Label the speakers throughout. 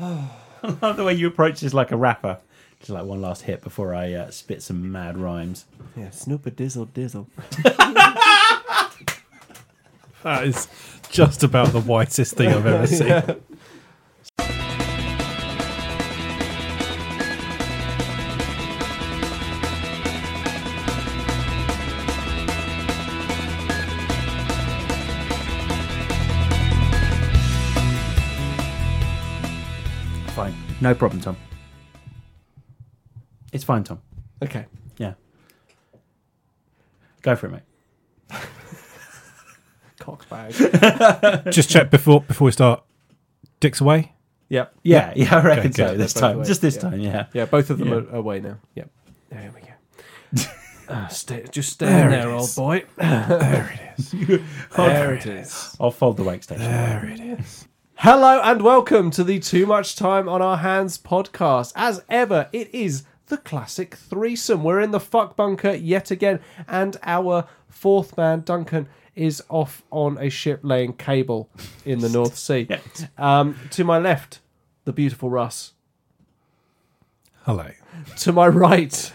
Speaker 1: I love the way you approach this like a rapper. Just like one last hit before I uh, spit some mad rhymes.
Speaker 2: Yeah, Snoop a dizzle dizzle.
Speaker 3: That is just about the whitest thing I've ever seen.
Speaker 1: Fine. No problem, Tom. It's fine, Tom.
Speaker 2: Okay.
Speaker 1: Yeah. Go for it, mate.
Speaker 2: Cockbag.
Speaker 3: Just check before before we start. Dicks away.
Speaker 2: yep.
Speaker 1: Yeah, yeah, I reckon
Speaker 3: Okay,
Speaker 1: so
Speaker 3: good.
Speaker 1: this
Speaker 2: They're both
Speaker 1: time.
Speaker 2: away.
Speaker 1: Just this
Speaker 2: Yeah.
Speaker 1: time, yeah.
Speaker 2: Yeah, both of them
Speaker 1: Yeah.
Speaker 2: are away now. Yep. There we go. Ah, stay, just stay there, in
Speaker 3: it
Speaker 2: there old
Speaker 3: is.
Speaker 2: boy.
Speaker 3: There it is.
Speaker 2: There it is.
Speaker 1: I'll fold the wake station.
Speaker 3: There it is.
Speaker 2: Hello and welcome to the Too Much Time on Our Hands podcast. As ever, it is the classic threesome. We're in the fuck bunker yet again, and our fourth man, Duncan, is off on a ship laying cable in the North Sea.
Speaker 1: Yeah.
Speaker 2: Um, to my left, the beautiful Russ.
Speaker 3: Hello.
Speaker 2: To my right,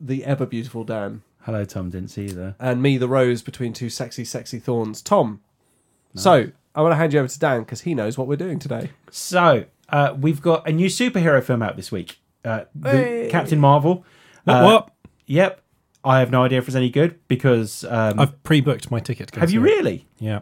Speaker 2: the ever beautiful Dan.
Speaker 1: Hello, Tom. Didn't see you there.
Speaker 2: and me the rose between two sexy, sexy thorns. Tom. So I want to hand you over to Dan because he knows what we're doing today.
Speaker 1: So uh, we've got a new superhero film out this week. Uh, the
Speaker 2: Hey.
Speaker 1: Captain Marvel.
Speaker 3: What?
Speaker 1: Uh,
Speaker 3: what?
Speaker 1: Yep. I have no idea if it's any good because um,
Speaker 3: I've pre-booked my ticket. to go
Speaker 1: have you
Speaker 3: see it.
Speaker 1: really?
Speaker 3: Yeah.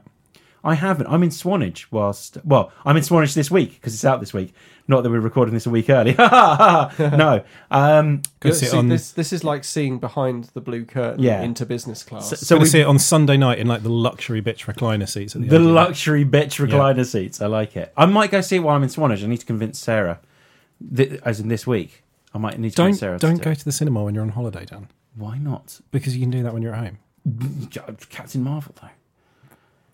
Speaker 1: I haven't. I'm in Swanage whilst well, I'm in Swanage this week because it's out this week. Not that we're recording this a week early. no. Um,
Speaker 3: Go see it
Speaker 2: See,
Speaker 3: on.
Speaker 2: this, this is like seeing behind the blue curtain
Speaker 1: Yeah.
Speaker 2: into business class.
Speaker 1: so, so
Speaker 3: gonna
Speaker 1: we
Speaker 3: see it on Sunday night in like the luxury bitch recliner seats. At the
Speaker 1: the
Speaker 3: Odeon.
Speaker 1: luxury bitch recliner seats. I like it. I might go see it while I'm in Swanage. I need to convince Sarah, Th- as in this week. I might need to
Speaker 3: Don't
Speaker 1: convince Sarah. to
Speaker 3: don't
Speaker 1: do
Speaker 3: go
Speaker 1: it.
Speaker 3: to the cinema when you're on holiday, Dan,
Speaker 1: Why not? uh,
Speaker 3: because you can do that when you're at home.
Speaker 1: Captain Marvel though.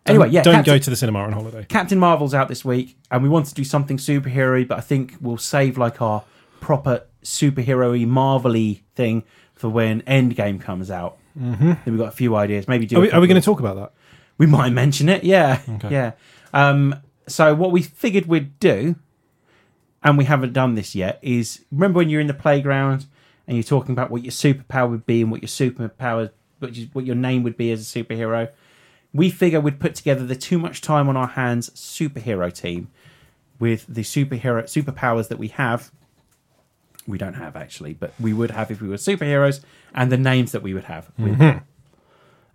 Speaker 1: Anyway, yeah.
Speaker 3: Don't
Speaker 1: Captain-
Speaker 3: go to the cinema on holiday.
Speaker 1: Captain Marvel's out this week, and we want to do something superhero, but I think we'll save like our proper superhero-y, Marvel-y thing for when Endgame comes out. Mm-hmm. Then we've got a few ideas. Maybe do.
Speaker 3: Are
Speaker 1: a
Speaker 3: we, are we
Speaker 1: couple-
Speaker 3: going to talk about that?
Speaker 1: We might mention it. Yeah,
Speaker 3: Okay.
Speaker 1: yeah. Um, so what we figured we'd do, and we haven't done this yet, is remember when you're in the playground and you're talking about what your superpower would be and what your superpower, what, you, what your name would be as a superhero. We figure we'd put together the too much time on our hands superhero team with the superhero superpowers that we have. We don't have actually, but we would have if we were superheroes, and the names that we would have. with them.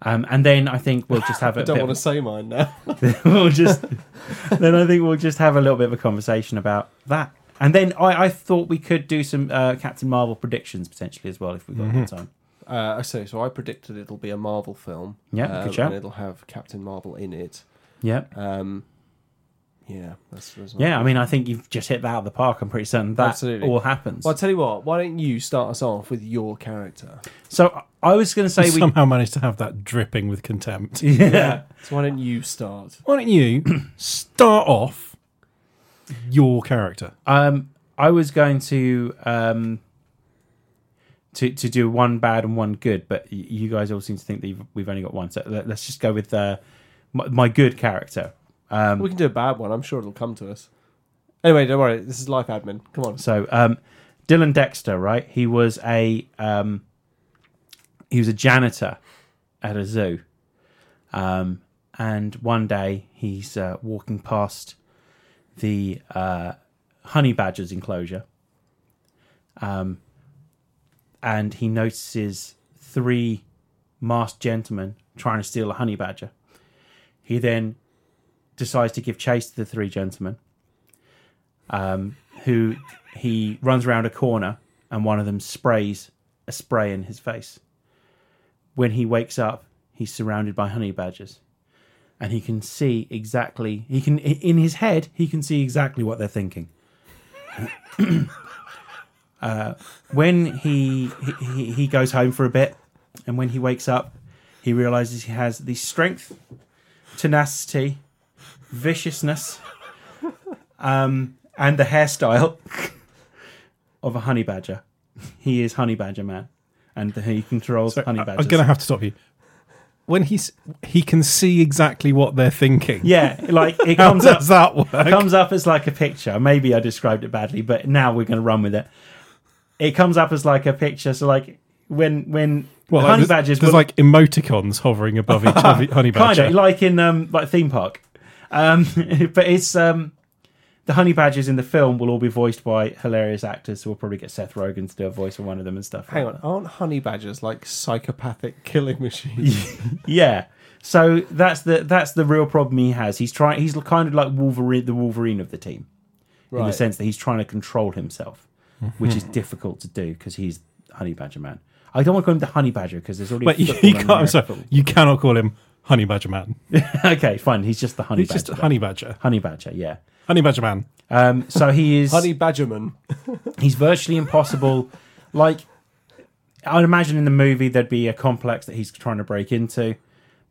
Speaker 1: Um, and then I think we'll just have a
Speaker 2: Mm-hmm. I don't
Speaker 1: bit of-
Speaker 2: want to say mine now.
Speaker 1: we'll just then I think we'll just have a little bit of a conversation about that. And then I, I thought we could do some uh, Captain Marvel predictions potentially as well if we've got
Speaker 2: Mm-hmm.
Speaker 1: more time.
Speaker 2: uh, so, so I predicted it'll be a Marvel film.
Speaker 1: Yeah,
Speaker 2: um,
Speaker 1: good shout.
Speaker 2: And it'll have Captain Marvel in it.
Speaker 1: Yeah.
Speaker 2: Um, yeah, that's, that's my-
Speaker 1: Uh, Yeah, I mean, I think you've just hit that out of the park. I'm pretty certain that
Speaker 2: Absolutely.
Speaker 1: all happens.
Speaker 2: Well, I'll tell you what. Why don't you start us off with your character?
Speaker 1: So I I was going to say we.
Speaker 3: Somehow managed to have that dripping with contempt.
Speaker 1: Yeah.
Speaker 2: So why don't you start?
Speaker 3: Why don't you start off your character?
Speaker 1: Um, I was going to um, to to do one bad and one good, but y- you guys all seem to think that you've, we've only got one. So let- let's just go with uh, my, my good character. Um,
Speaker 2: We can do a bad one. I'm sure it'll come to us. Anyway, don't worry. This is life admin. Come on.
Speaker 1: So um, Dylan Dexter, right? He was a um, he was a janitor at a zoo, um, and one day he's uh, walking past the uh, honey badger's enclosure, um, and he notices three masked gentlemen trying to steal a honey badger. He then decides to give chase to the three gentlemen um, who he runs around a corner and one of them sprays a spray in his face. When he wakes up, he's surrounded by honey badgers. And he can see exactly he can in his head he can see exactly what they're thinking. uh, when he, he he goes home for a bit, and when he wakes up, he realizes he has the strength, tenacity, viciousness, um, and the hairstyle of a honey badger. He is honey badger man, and he controls honey
Speaker 3: I-
Speaker 1: badgers.
Speaker 3: I'm going to have to stop you. when he's he can see exactly what they're thinking.
Speaker 1: Yeah, like it
Speaker 3: How
Speaker 1: comes up.
Speaker 3: does that work?
Speaker 1: It comes up as like a picture. Maybe I described it badly, but now we're going to run with it. It comes up as like a picture. So like when when
Speaker 3: Well,
Speaker 1: the honey
Speaker 3: there's,
Speaker 1: badgers
Speaker 3: There's
Speaker 1: were-
Speaker 3: like emoticons hovering above each other, honey
Speaker 1: kind
Speaker 3: badger.
Speaker 1: of like in um like theme park. Um, but it's um the honey badgers in the film will all be voiced by hilarious actors. So we'll probably get Seth Rogen to do a voice for one of them and stuff.
Speaker 2: Hang on, aren't honey badgers like psychopathic killing machines?
Speaker 1: Yeah. So that's the that's the real problem he has. He's trying. He's kind of like Wolverine, the Wolverine of the team, in the
Speaker 2: Right.
Speaker 1: sense that he's trying to control himself, which
Speaker 3: Mm-hmm.
Speaker 1: is difficult to do because he's Honey Badger Man. I don't want to call him the Honey Badger because there's already. a
Speaker 3: But you,
Speaker 1: football
Speaker 3: you
Speaker 1: in
Speaker 3: can't.
Speaker 1: American
Speaker 3: I'm sorry,
Speaker 1: football.
Speaker 3: you cannot call him honey badger man.
Speaker 1: okay, fine. He's just the Honey
Speaker 3: He's
Speaker 1: Badger.
Speaker 3: just a honey badger.
Speaker 1: honey Badger. Yeah.
Speaker 3: Honey badger man.
Speaker 1: Um, so he is.
Speaker 2: honey badgerman.
Speaker 1: he's virtually impossible. like, I'd imagine in the movie there'd be a complex that he's trying to break into,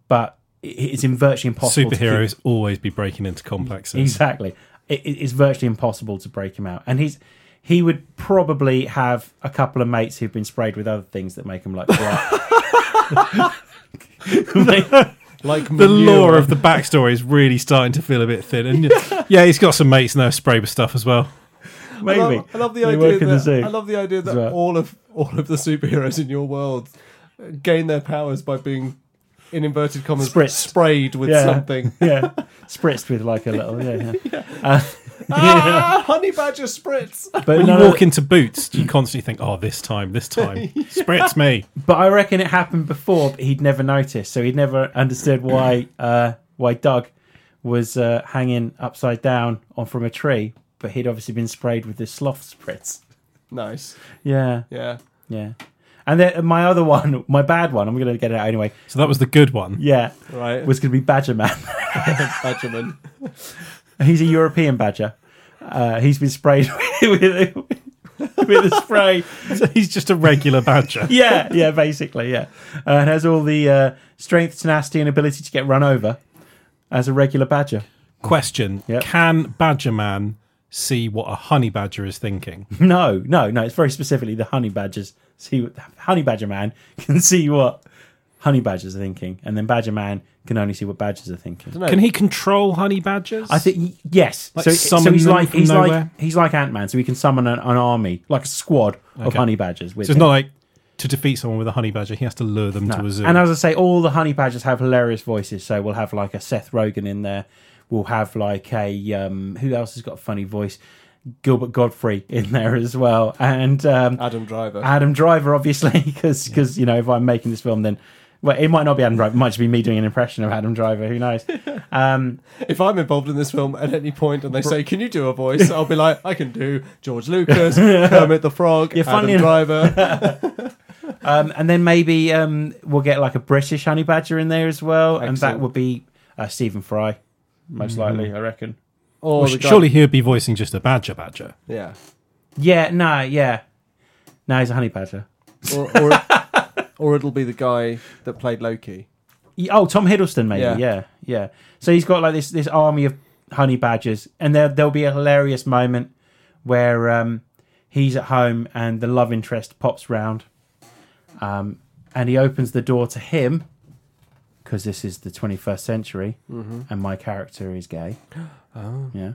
Speaker 1: but it- it's in virtually impossible. to keep-
Speaker 3: Superheroes always be breaking into complexes.
Speaker 1: Exactly. It, it- it's virtually impossible to break him out. And he's he would probably have a couple of mates who've been sprayed with other things that make him like black.
Speaker 2: Like
Speaker 3: the lore of the backstory is really starting to feel a bit thin. And yeah, he's got some mates now spray with stuff as well.
Speaker 1: Maybe.
Speaker 2: I love, I love the
Speaker 1: They
Speaker 2: idea
Speaker 1: work in the
Speaker 2: that
Speaker 1: zoo.
Speaker 2: I love the idea that
Speaker 1: well.
Speaker 2: all of all of the superheroes in your world uh, gain their powers by being in inverted commas
Speaker 1: Spritzed.
Speaker 2: sprayed with
Speaker 1: Yeah.
Speaker 2: something.
Speaker 1: yeah. Spritzed with like a little yeah. yeah.
Speaker 2: ah, honey badger spritz.
Speaker 1: But
Speaker 3: When
Speaker 1: no,
Speaker 3: you
Speaker 1: no,
Speaker 3: walk into Boots, you constantly think, "Oh, this time, this time, spritz me."
Speaker 1: but I reckon it happened before but he'd never noticed, so he'd never understood why uh why Doug was uh, hanging upside down on from a tree, but he'd obviously been sprayed with this sloth spritz.
Speaker 2: Nice.
Speaker 1: Yeah.
Speaker 2: Yeah.
Speaker 1: Yeah. And then uh, my other one, my bad one, I'm going to get it out anyway.
Speaker 3: So that was the good one.
Speaker 1: Yeah.
Speaker 2: Right.
Speaker 1: Was going to be Badger Man.
Speaker 2: badgerman.
Speaker 1: He's a European badger. Uh, he's been sprayed with, with, with a spray.
Speaker 3: So he's just a regular badger.
Speaker 1: Yeah. Yeah, basically. Yeah. Uh, it has all the uh, strength, tenacity, and ability to get run over as a regular badger.
Speaker 3: Question:
Speaker 1: Yep.
Speaker 3: Can Badger Man see what a honey badger is thinking?
Speaker 1: No, no, no. It's very specifically the honey badgers. See, what- honey badger man can see what honey badgers are thinking, and then badger man can only see what badgers are thinking.
Speaker 3: Can he control honey badgers?
Speaker 1: I think yes.
Speaker 3: Like
Speaker 1: so,
Speaker 3: summon
Speaker 1: so he's
Speaker 3: them
Speaker 1: like
Speaker 3: from
Speaker 1: he's
Speaker 3: nowhere?
Speaker 1: like he's like Ant Man. So he can summon an, an army, like a squad of
Speaker 3: Okay.
Speaker 1: honey badgers. With
Speaker 3: So it's
Speaker 1: him.
Speaker 3: not like to defeat someone with a honey badger, he has to lure them to a zoo.
Speaker 1: and as I say, all the honey badgers have hilarious voices. So we'll have like a Seth Rogen in there. We'll have like a um, who else has got a funny voice? Gilbert Godfrey in there as well, and um,
Speaker 2: Adam Driver.
Speaker 1: Adam Driver, obviously, because you know if I'm making this film, then well, it might not be Adam Driver. It might just be me doing an impression of Adam Driver. Who knows? Um,
Speaker 2: if I'm involved in this film at any point and they say, "Can you do a voice?" I'll be like, "I can do George Lucas, Kermit the Frog,
Speaker 1: You're
Speaker 2: Adam
Speaker 1: funny enough-
Speaker 2: Driver."
Speaker 1: Um, and then maybe um, we'll get like a British honey badger in there as well, and that
Speaker 2: Excellent.
Speaker 1: would be uh, Stephen Fry, most likely, I reckon.
Speaker 2: Or
Speaker 3: Well,
Speaker 2: the
Speaker 3: sh-
Speaker 2: guy-
Speaker 3: surely he'd be voicing just a badger badger.
Speaker 2: yeah.
Speaker 1: Yeah, no, yeah, no, he's a honey badger.
Speaker 2: Or, or, or it'll be the guy that played Loki.
Speaker 1: Y- Oh, Tom Hiddleston, maybe. Yeah.
Speaker 2: Yeah.
Speaker 1: yeah, So he's got like this this army of honey badgers, and there there'll be a hilarious moment where um, he's at home and the love interest pops round, um, and he opens the door to him because this is the 21st century, and my character is gay. Mm-hmm. Oh, yeah.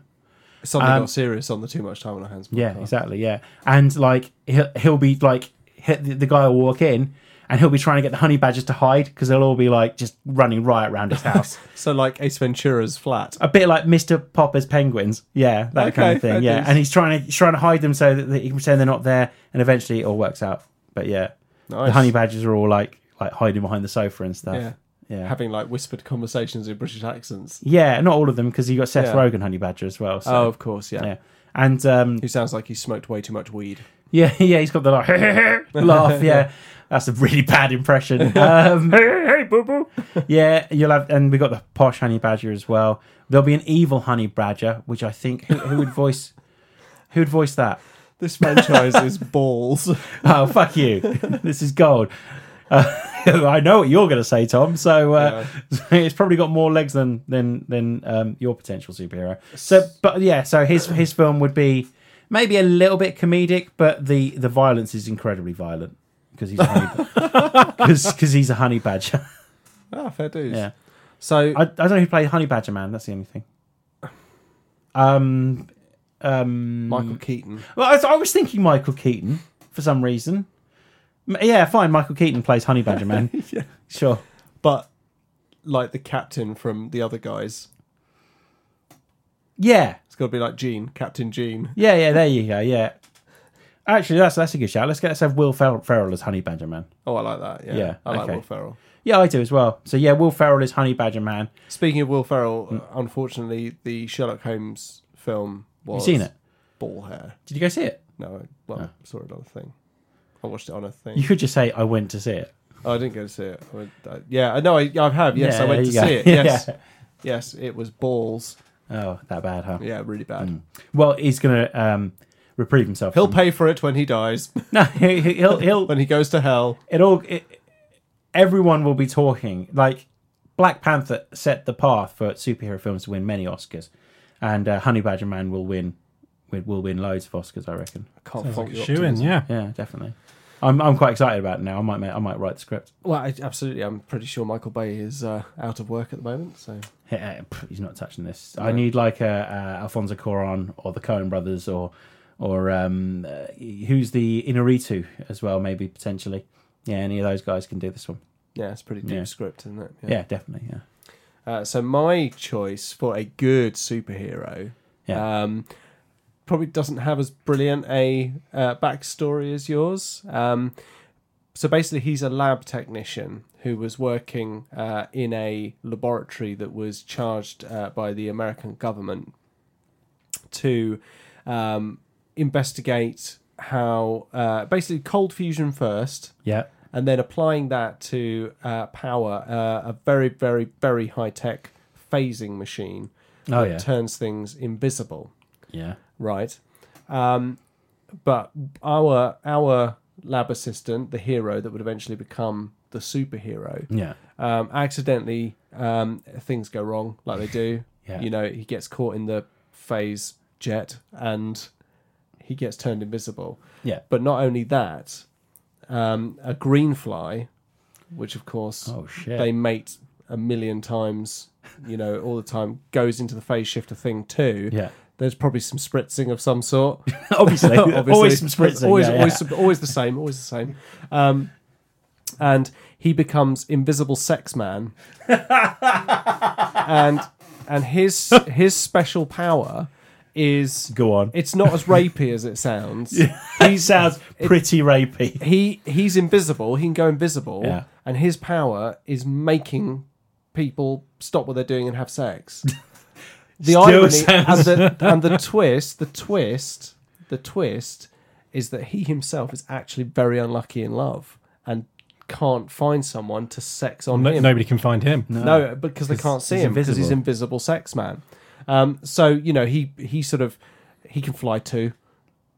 Speaker 2: Something
Speaker 1: Um,
Speaker 2: got serious on the Too Much Time on Our Hands.
Speaker 1: Yeah,
Speaker 2: podcast.
Speaker 1: exactly. Yeah, and like he'll he'll be like he, the the guy will walk in and he'll be trying to get the honey badgers to hide because they'll all be like just running riot around his house,
Speaker 2: So like Ace Ventura's flat.
Speaker 1: a bit like Mister Popper's penguins. Yeah, that kind
Speaker 2: Okay,
Speaker 1: of thing.
Speaker 2: that
Speaker 1: Yeah,
Speaker 2: is-
Speaker 1: and he's trying to he's trying to hide them so that he can pretend they're not there, and eventually it all works out. But yeah, the
Speaker 2: Nice.
Speaker 1: honey badgers are all like like hiding behind the sofa and stuff.
Speaker 2: Yeah.
Speaker 1: yeah.
Speaker 2: Having like whispered conversations in British accents.
Speaker 1: Yeah, not all of them because you got Seth
Speaker 2: Yeah.
Speaker 1: Rogen honey badger as well. So,
Speaker 2: Oh, of course, yeah.
Speaker 1: yeah. And um,
Speaker 2: Who sounds like he smoked way too much weed.
Speaker 1: Yeah, yeah, he's got the like laugh. Yeah, that's a really bad impression. Um, hey, boo boo. Yeah, you'll have, and we got the posh honey badger as well. There'll be an evil honey badger, which I think who, who would voice, who would voice that?
Speaker 2: This franchise is balls.
Speaker 1: Oh fuck you! this is gold. Uh, I know what you're going to say, Tom. So uh, it's probably got more legs than than than um, your potential superhero. So, but yeah, so his his film would be maybe a little bit comedic, but the the violence is incredibly violent because he's because he's a honey badger.
Speaker 2: Ah, fair dues.
Speaker 1: Yeah.
Speaker 2: So
Speaker 1: I, I don't know who played Honey Badger Man. That's the only thing. Um, um,
Speaker 2: Michael Keaton.
Speaker 1: Well, I was, I was thinking Michael Keaton for some reason. M- Yeah, fine. Michael Keaton plays Honey Badger Man.
Speaker 2: Yeah.
Speaker 1: Sure.
Speaker 2: But like the captain from the other guys.
Speaker 1: Yeah,
Speaker 2: It's gotta be like Gene, Captain Gene.
Speaker 1: yeah, yeah. There you go. Yeah. Actually, that's that's a good shout. Let's get let's have Will Fer- Ferrell as Honey Badger Man.
Speaker 2: Oh, I like that. Yeah.
Speaker 1: Yeah,
Speaker 2: I like
Speaker 1: okay.
Speaker 2: Will Ferrell.
Speaker 1: Yeah, I do as well. So yeah, Will Ferrell is Honey Badger Man.
Speaker 2: Speaking of Will Ferrell, uh, unfortunately, the Sherlock Holmes film was
Speaker 1: seen it?
Speaker 2: Ball hair.
Speaker 1: Did you go see it?
Speaker 2: No, I- well, I saw it on a thing. I watched it on a thing.
Speaker 1: You could just say I went to see it.
Speaker 2: Oh, I didn't go to see it. I went, I, yeah, I know. I, I have. Yes,
Speaker 1: Yeah,
Speaker 2: I
Speaker 1: there
Speaker 2: went to
Speaker 1: you go.
Speaker 2: see it. Yes,
Speaker 1: Yeah.
Speaker 2: yes, it was balls.
Speaker 1: Oh, that bad, huh?
Speaker 2: Yeah, really bad.
Speaker 1: Hmm. Well, he's gonna um, reprieve himself.
Speaker 2: He'll pay for it when he dies,
Speaker 1: no, he- he- he'll he'll
Speaker 2: when he goes to hell.
Speaker 1: it all it, everyone will be talking like black panther set the path for superhero films to win many oscars and uh, honey badger man will win will- will win loads of oscars i reckon
Speaker 2: I can't
Speaker 3: Sounds
Speaker 2: fault
Speaker 3: like
Speaker 2: your
Speaker 3: shoe in,
Speaker 2: optimism.
Speaker 3: yeah.
Speaker 1: yeah definitely i'm, I'm quite excited about it now i might ma- i might write the script
Speaker 2: Well, I, absolutely. I'm pretty sure Michael Bay is uh, out of work at the moment. So
Speaker 1: Eh, eh, pff, he's not touching this i need like a, a alfonso cuaron or the cohen brothers or or um uh, who's the inaritu as well maybe potentially yeah any of those guys can do this one
Speaker 2: yeah, it's a pretty deep
Speaker 1: Yeah.
Speaker 2: script, isn't it?
Speaker 1: yeah definitely yeah
Speaker 2: Uh, so my choice for a good superhero,
Speaker 1: Yeah.
Speaker 2: um, probably doesn't have as brilliant a uh, backstory as yours. Um, so basically, he's a lab technician who was working uh, in a laboratory that was charged uh, by the American government to um, investigate how uh, basically cold fusion first
Speaker 1: yeah
Speaker 2: and then applying that to uh, power uh, a very, very, very high tech phasing machine
Speaker 1: Oh,
Speaker 2: that
Speaker 1: yeah.
Speaker 2: turns things invisible,
Speaker 1: yeah
Speaker 2: right? Um, but our our lab assistant, the hero that would eventually become the superhero,
Speaker 1: yeah
Speaker 2: um, accidentally um, things go wrong, like they do.
Speaker 1: Yeah.
Speaker 2: You know, he gets caught in the phase jet and he gets turned invisible.
Speaker 1: yeah
Speaker 2: But not only that, um, a green fly, which of course
Speaker 1: Oh, shit.
Speaker 2: they mate a million times, you know, all the time, goes into the phase shifter thing too.
Speaker 1: Yeah.
Speaker 2: There's probably some spritzing of some sort.
Speaker 1: obviously,
Speaker 2: Obviously.
Speaker 1: always some spritzing.
Speaker 2: Always,
Speaker 1: yeah, yeah.
Speaker 2: always, some- always the same. Always the same. Um, and he becomes invisible sex man. and and his his special power is
Speaker 1: Go on.
Speaker 2: it's not as rapey as it sounds.
Speaker 1: he sounds pretty rapey.
Speaker 2: he he's invisible. He can go invisible,
Speaker 1: Yeah.
Speaker 2: and his power is making people stop what they're doing and have sex. The
Speaker 1: Still
Speaker 2: irony and
Speaker 1: sounds-
Speaker 2: the, and the twist, the twist, the twist is that he himself is actually very unlucky in love and can't find someone to sex on
Speaker 3: No-
Speaker 2: him.
Speaker 3: nobody can find him.
Speaker 2: No, because they can't see
Speaker 1: he's
Speaker 2: him because he's
Speaker 1: invisible.
Speaker 2: invisible sex man. Um, so you know he he sort of he can fly too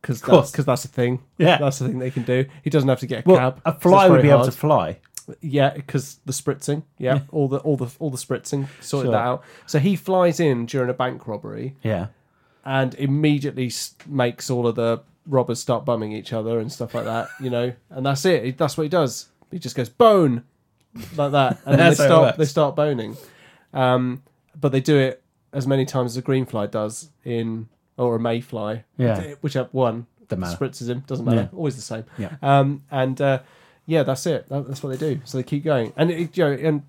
Speaker 2: because
Speaker 1: course.
Speaker 2: because that's a thing.
Speaker 1: Yeah.
Speaker 2: that's the thing they can do. He doesn't have to get a
Speaker 1: Well,
Speaker 2: cab.
Speaker 1: a
Speaker 2: so
Speaker 1: fly
Speaker 2: it's
Speaker 1: would
Speaker 2: very
Speaker 1: be able
Speaker 2: hard.
Speaker 1: to fly.
Speaker 2: Yeah, because the spritzing. Yeah, all the all the all the spritzing sorted
Speaker 1: Sure.
Speaker 2: that out. So he flies in during a bank robbery
Speaker 1: Yeah.
Speaker 2: and immediately s- makes all of the robbers start bumming each other and stuff like that. You know, and that's it. He- That's what he does. He just goes bone like that, and then they
Speaker 1: That's how it
Speaker 2: start
Speaker 1: works.
Speaker 2: they start boning. Um, but they do it as many times as a green fly does in or a mayfly.
Speaker 1: Yeah.
Speaker 2: whichever one
Speaker 1: Doesn't matter.
Speaker 2: spritzes him doesn't matter.
Speaker 1: Yeah.
Speaker 2: Always the same.
Speaker 1: Yeah.
Speaker 2: Um, and uh, yeah, that's it. That, that's what they do. So they keep going, and it, you know, and,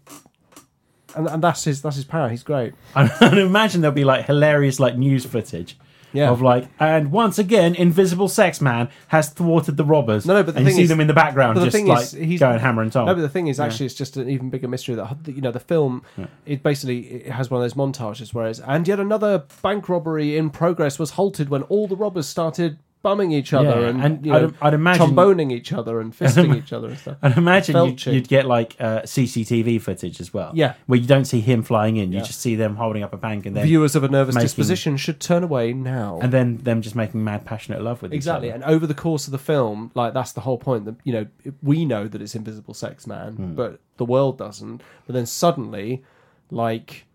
Speaker 2: and and that's his that's his power. He's great.
Speaker 1: And I'd imagine there'll be like hilarious like news footage.
Speaker 2: Yeah.
Speaker 1: Of like, and once again, invisible sex man has thwarted the robbers.
Speaker 2: No, no, but the
Speaker 1: and you
Speaker 2: thing
Speaker 1: see
Speaker 2: is-
Speaker 1: them in the background,
Speaker 2: but the
Speaker 1: just
Speaker 2: thing
Speaker 1: like
Speaker 2: is, he's-
Speaker 1: going hammer and tong.
Speaker 2: No, but the thing is, actually, it's just an even bigger mystery that that, you know the film. It basically it has one of those montages where it's and yet another bank robbery in progress was halted when all the robbers started bumming each other
Speaker 1: Yeah,
Speaker 2: and,
Speaker 1: and
Speaker 2: you know,
Speaker 1: I'd- I'd imagine-
Speaker 2: tromboning each other and fisting each other and stuff.
Speaker 1: I'd imagine you'd,
Speaker 2: Felching.
Speaker 1: you'd get like uh, CCTV footage as well.
Speaker 2: Yeah.
Speaker 1: where you don't see him flying in,
Speaker 2: Yeah.
Speaker 1: you just see them holding up a bank and then
Speaker 2: Viewers of a nervous
Speaker 1: making-
Speaker 2: disposition should turn away now.
Speaker 1: and then them just making mad passionate love with
Speaker 2: Exactly,
Speaker 1: each other.
Speaker 2: and over the course of the film, like that's the whole point. That you know, we know that it's invisible sex man, but the world doesn't. But then suddenly, like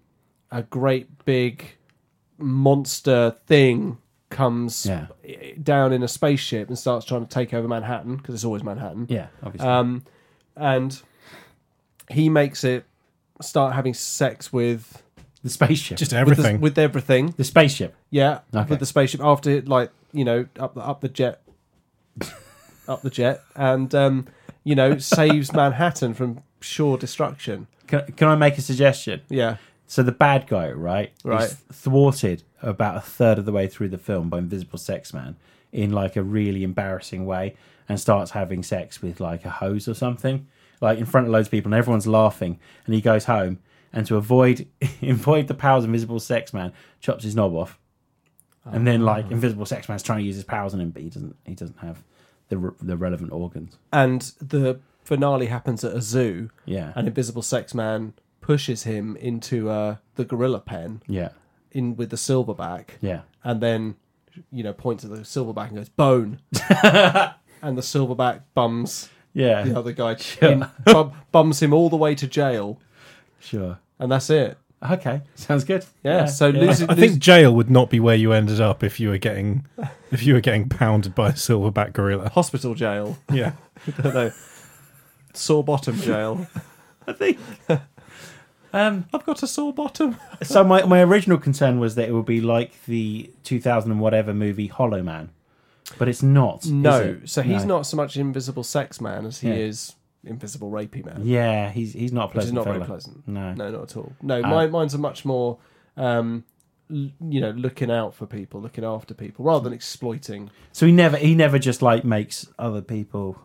Speaker 2: a great big monster thing comes
Speaker 1: Yeah.
Speaker 2: down in a spaceship and starts trying to take over Uh, Manhattan because it's always Manhattan.
Speaker 1: Yeah, obviously.
Speaker 2: Um, and he makes it start having sex with
Speaker 1: The spaceship.
Speaker 3: Just
Speaker 2: with,
Speaker 3: everything.
Speaker 2: The, with everything.
Speaker 1: the spaceship.
Speaker 2: Yeah,
Speaker 1: Okay.
Speaker 2: with the spaceship after like you know up the up the jet, up the jet, and um, you know saves Manhattan from sure destruction.
Speaker 1: Can, can I make a suggestion?
Speaker 2: Yeah,
Speaker 1: So the bad guy, right,
Speaker 2: Right.
Speaker 1: is thwarted about a third of the way through the film by Invisible Sex Man in like a really embarrassing way, and starts having sex with like a hose or something, like in front of loads of people, and everyone's laughing, and he goes home, and to avoid avoid the powers of Invisible Sex Man, chops his knob off, and
Speaker 2: Ah.
Speaker 1: then like Invisible Sex Man's trying to use his powers on him, but he doesn't. He doesn't have the re- the relevant organs.
Speaker 2: and the finale happens at a zoo.
Speaker 1: Yeah,
Speaker 2: An invisible sex man pushes him into uh, the gorilla pen
Speaker 1: yeah,
Speaker 2: in with the silverback,
Speaker 1: yeah.
Speaker 2: and then you know points at the silverback and goes bone, and the silverback bums
Speaker 1: Yeah,
Speaker 2: the other guy, in, bum, bums him all the way to jail,
Speaker 1: sure.
Speaker 2: and that's it.
Speaker 1: Okay, sounds good.
Speaker 2: Yeah, so losing,
Speaker 3: I think jail would not be where you ended up if you were getting if you were getting pounded by a silverback gorilla.
Speaker 2: hospital jail,
Speaker 3: Yeah.
Speaker 2: don't know, sore bottom jail.
Speaker 1: I think. Um,
Speaker 2: I've got a sore bottom.
Speaker 1: so my, my original concern was that it would be like the 2000 and whatever movie Hollow Man, but it's not. is
Speaker 2: No,
Speaker 1: it?
Speaker 2: so he's
Speaker 1: No.
Speaker 2: not so much invisible sex man as he
Speaker 1: Yeah.
Speaker 2: is invisible rapey man,
Speaker 1: Yeah, he's he's not a
Speaker 2: which is
Speaker 1: pleasant.
Speaker 2: not very
Speaker 1: fella.
Speaker 2: pleasant.
Speaker 1: No. Uh,
Speaker 2: No, not at all. No, my, mine's are much more, um, l- you know, looking out for people, looking after people, rather than exploiting.
Speaker 1: So he never he never just like makes other people.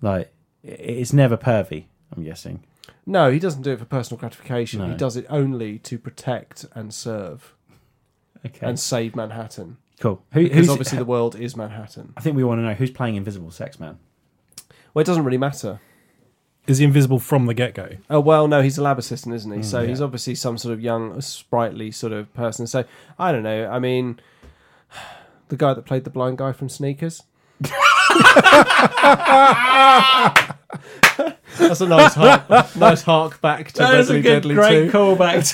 Speaker 1: Like i- it's never pervy. I'm guessing.
Speaker 2: No, he doesn't do it for personal gratification.
Speaker 1: No.
Speaker 2: He does it only to protect and serve
Speaker 1: Okay.
Speaker 2: and save Manhattan.
Speaker 1: cool. Who,
Speaker 2: Because
Speaker 1: who's
Speaker 2: obviously the world is Manhattan.
Speaker 1: I think we want to know who's playing Invisible Sex Man.
Speaker 2: Well, it doesn't really matter.
Speaker 3: Is he invisible from the get go?
Speaker 2: Oh well, no, he's a lab assistant, isn't he? so
Speaker 1: yeah.
Speaker 2: he's obviously some sort of young, sprightly sort of person. So I don't know. I mean, the guy that played the blind guy from Sneakers. That's a nice hark, nice hark back to Deadly Deadly Two.
Speaker 1: callback.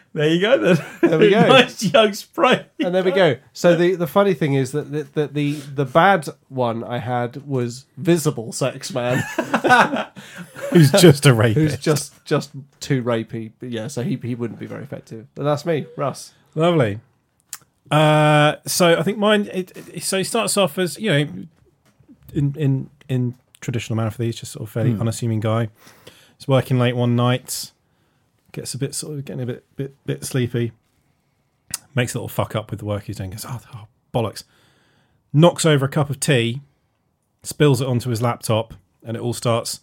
Speaker 1: there you go. Then. There
Speaker 2: we go.
Speaker 1: nice young sprite.
Speaker 2: and there we go. So the, the funny thing is that the, the the the bad one I had was visible sex man,
Speaker 3: Who's just a
Speaker 2: who's
Speaker 3: rapist?
Speaker 2: just just too rapey. But yeah, so he he wouldn't be very effective. But that's me, Russ.
Speaker 3: Lovely. Uh, so I think mine. It, it, so he starts off as you know, in in in traditional manner for these, just sort of fairly unassuming guy. He's working late one night, gets a bit sort of getting a bit bit bit sleepy. Makes a little fuck up with the work he's doing. Goes oh, oh bollocks, knocks over a cup of tea, spills it onto his laptop, and it all starts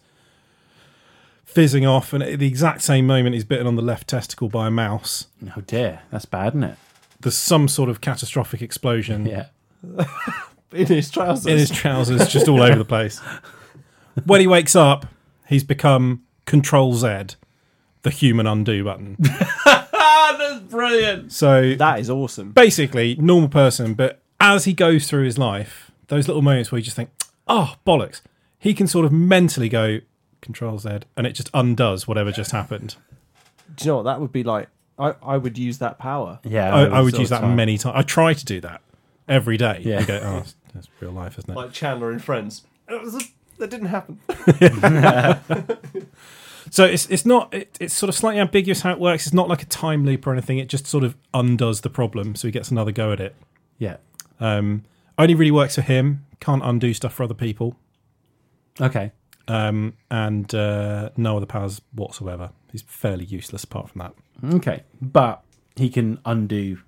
Speaker 3: fizzing off. And at the exact same moment, he's bitten on the left testicle by a mouse
Speaker 1: Oh dear, that's bad, isn't it?
Speaker 3: there's some sort of catastrophic explosion
Speaker 1: Yeah.
Speaker 2: In his trousers.
Speaker 3: in his trousers, just all over the place. When he wakes up, he's become Control Z, the human undo button.
Speaker 1: Ah, that's brilliant.
Speaker 3: So
Speaker 2: That is awesome.
Speaker 3: basically, normal person, but as he goes through his life, those little moments where you just think, oh, bollocks, he can sort of mentally go Control Z, and it just undoes whatever just happened.
Speaker 2: Do you know what that would be like? I, I would use that power.
Speaker 1: Yeah,
Speaker 3: I, I
Speaker 1: all
Speaker 3: would
Speaker 1: the
Speaker 3: use that
Speaker 1: time.
Speaker 3: many times. I try to do that every day.
Speaker 1: Yeah.
Speaker 3: I go, oh, that's- that's real life, isn't it?
Speaker 2: Like Chandler and Friends. It was- That didn't happen.
Speaker 3: So it's it's not it, it's sort of slightly ambiguous how it works. It's not like a time loop or anything. It just sort of undoes the problem, so he gets another go at it.
Speaker 1: Yeah.
Speaker 3: Um, only really works for him. Can't undo stuff for other people,
Speaker 1: Okay.
Speaker 3: um, and uh, no other powers whatsoever. He's fairly useless apart from that.
Speaker 1: Okay. But he can undo.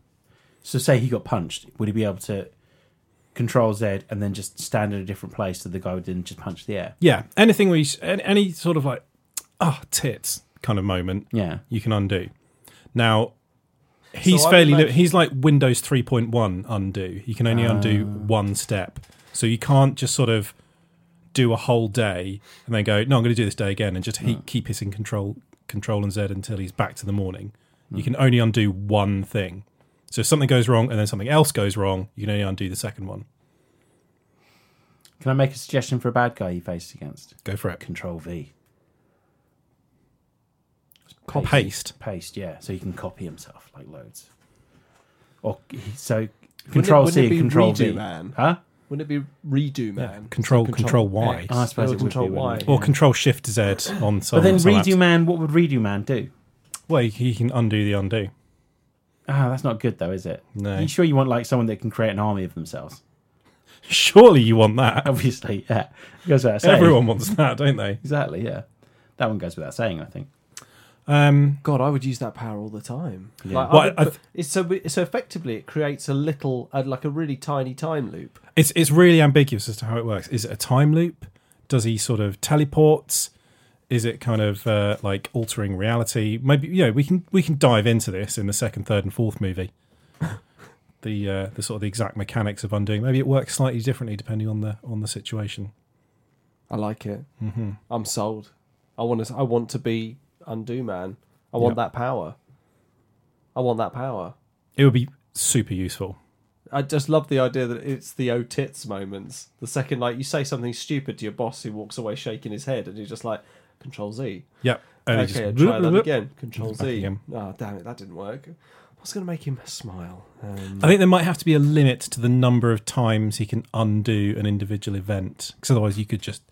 Speaker 1: So say he got punched, would he be able to control Z and then just stand in a different place so the guy didn't just punch the air?
Speaker 3: Yeah, anything where you s- an- any sort of like ah tits kind of moment
Speaker 1: Yeah.
Speaker 3: you can undo. Now he's
Speaker 2: So I'd
Speaker 3: fairly li-
Speaker 2: imagine-
Speaker 3: he's like Windows 3.1 undo. You can only undo
Speaker 1: Ah.
Speaker 3: one step. So you can't just sort of do a whole day and then go, "No, I'm going to do this day again" and just he-
Speaker 1: Hmm.
Speaker 3: keep hitting control control and Z until he's back to the morning.
Speaker 1: Hmm.
Speaker 3: You can only undo one thing. So if something goes wrong and then something else goes wrong, you can only undo the second one.
Speaker 1: Can I make a suggestion for a bad guy you faced against?
Speaker 3: Go for it.
Speaker 1: Control V.
Speaker 3: Paste.
Speaker 1: paste, yeah, so he can copy himself like loads. Or so control
Speaker 2: wouldn't
Speaker 1: C
Speaker 2: it
Speaker 1: and
Speaker 2: be
Speaker 1: control
Speaker 2: redo
Speaker 1: V,
Speaker 2: man?
Speaker 1: huh?
Speaker 2: Wouldn't it be redo man?
Speaker 3: Control- control Y.
Speaker 2: X,
Speaker 1: Oh, I suppose
Speaker 2: or
Speaker 1: it would
Speaker 2: control
Speaker 1: be,
Speaker 2: Y.
Speaker 1: wouldn't it?
Speaker 2: yeah.
Speaker 3: or Control Oh, Shift Z on some.
Speaker 1: But then
Speaker 3: some
Speaker 1: Redo
Speaker 3: apps.
Speaker 1: Man, what would Redo Man do?
Speaker 3: Well, you, you can undo the undo.
Speaker 1: Ah, that's not good though, is it?
Speaker 3: No.
Speaker 1: Are you sure you want like someone that can create an army of themselves?
Speaker 3: Surely you want that.
Speaker 1: Obviously, yeah. Goes without saying.
Speaker 3: Everyone wants that, don't they?
Speaker 1: Exactly, yeah. That one goes without saying, I think.
Speaker 3: Um,
Speaker 2: God, I would use that power all the time. Like, I
Speaker 3: Well,
Speaker 2: would
Speaker 3: I
Speaker 2: put- it's so so effectively it creates a little, uh, like a really tiny time loop.
Speaker 3: it's it's really ambiguous as to how it works. Is it a time loop? Does he sort of teleports? Is it kind of uh, like altering reality? Maybe you know we can we can dive into this in the second, third, and fourth movie. the uh, the sort of the exact mechanics of undoing. Maybe it works slightly differently depending on the on the situation.
Speaker 2: I like it. Mm-hmm. I'm sold. I want to. I want to be undo man. I want
Speaker 3: Yep.
Speaker 2: that power. I want that power.
Speaker 3: It would be super useful.
Speaker 2: I just love the idea that it's the oh tits moments. The second, like, you say something stupid to your boss who walks away shaking his head, and you're just like, Control Z.
Speaker 3: Yep. And it
Speaker 2: okay,
Speaker 3: just-
Speaker 2: try that again. Control
Speaker 3: Back
Speaker 2: Z.
Speaker 3: again.
Speaker 2: Ah, damn it, that didn't work. What's going to make him smile? Um,
Speaker 3: I think there might have to be a limit to the number of times he can undo an individual event, because otherwise you could just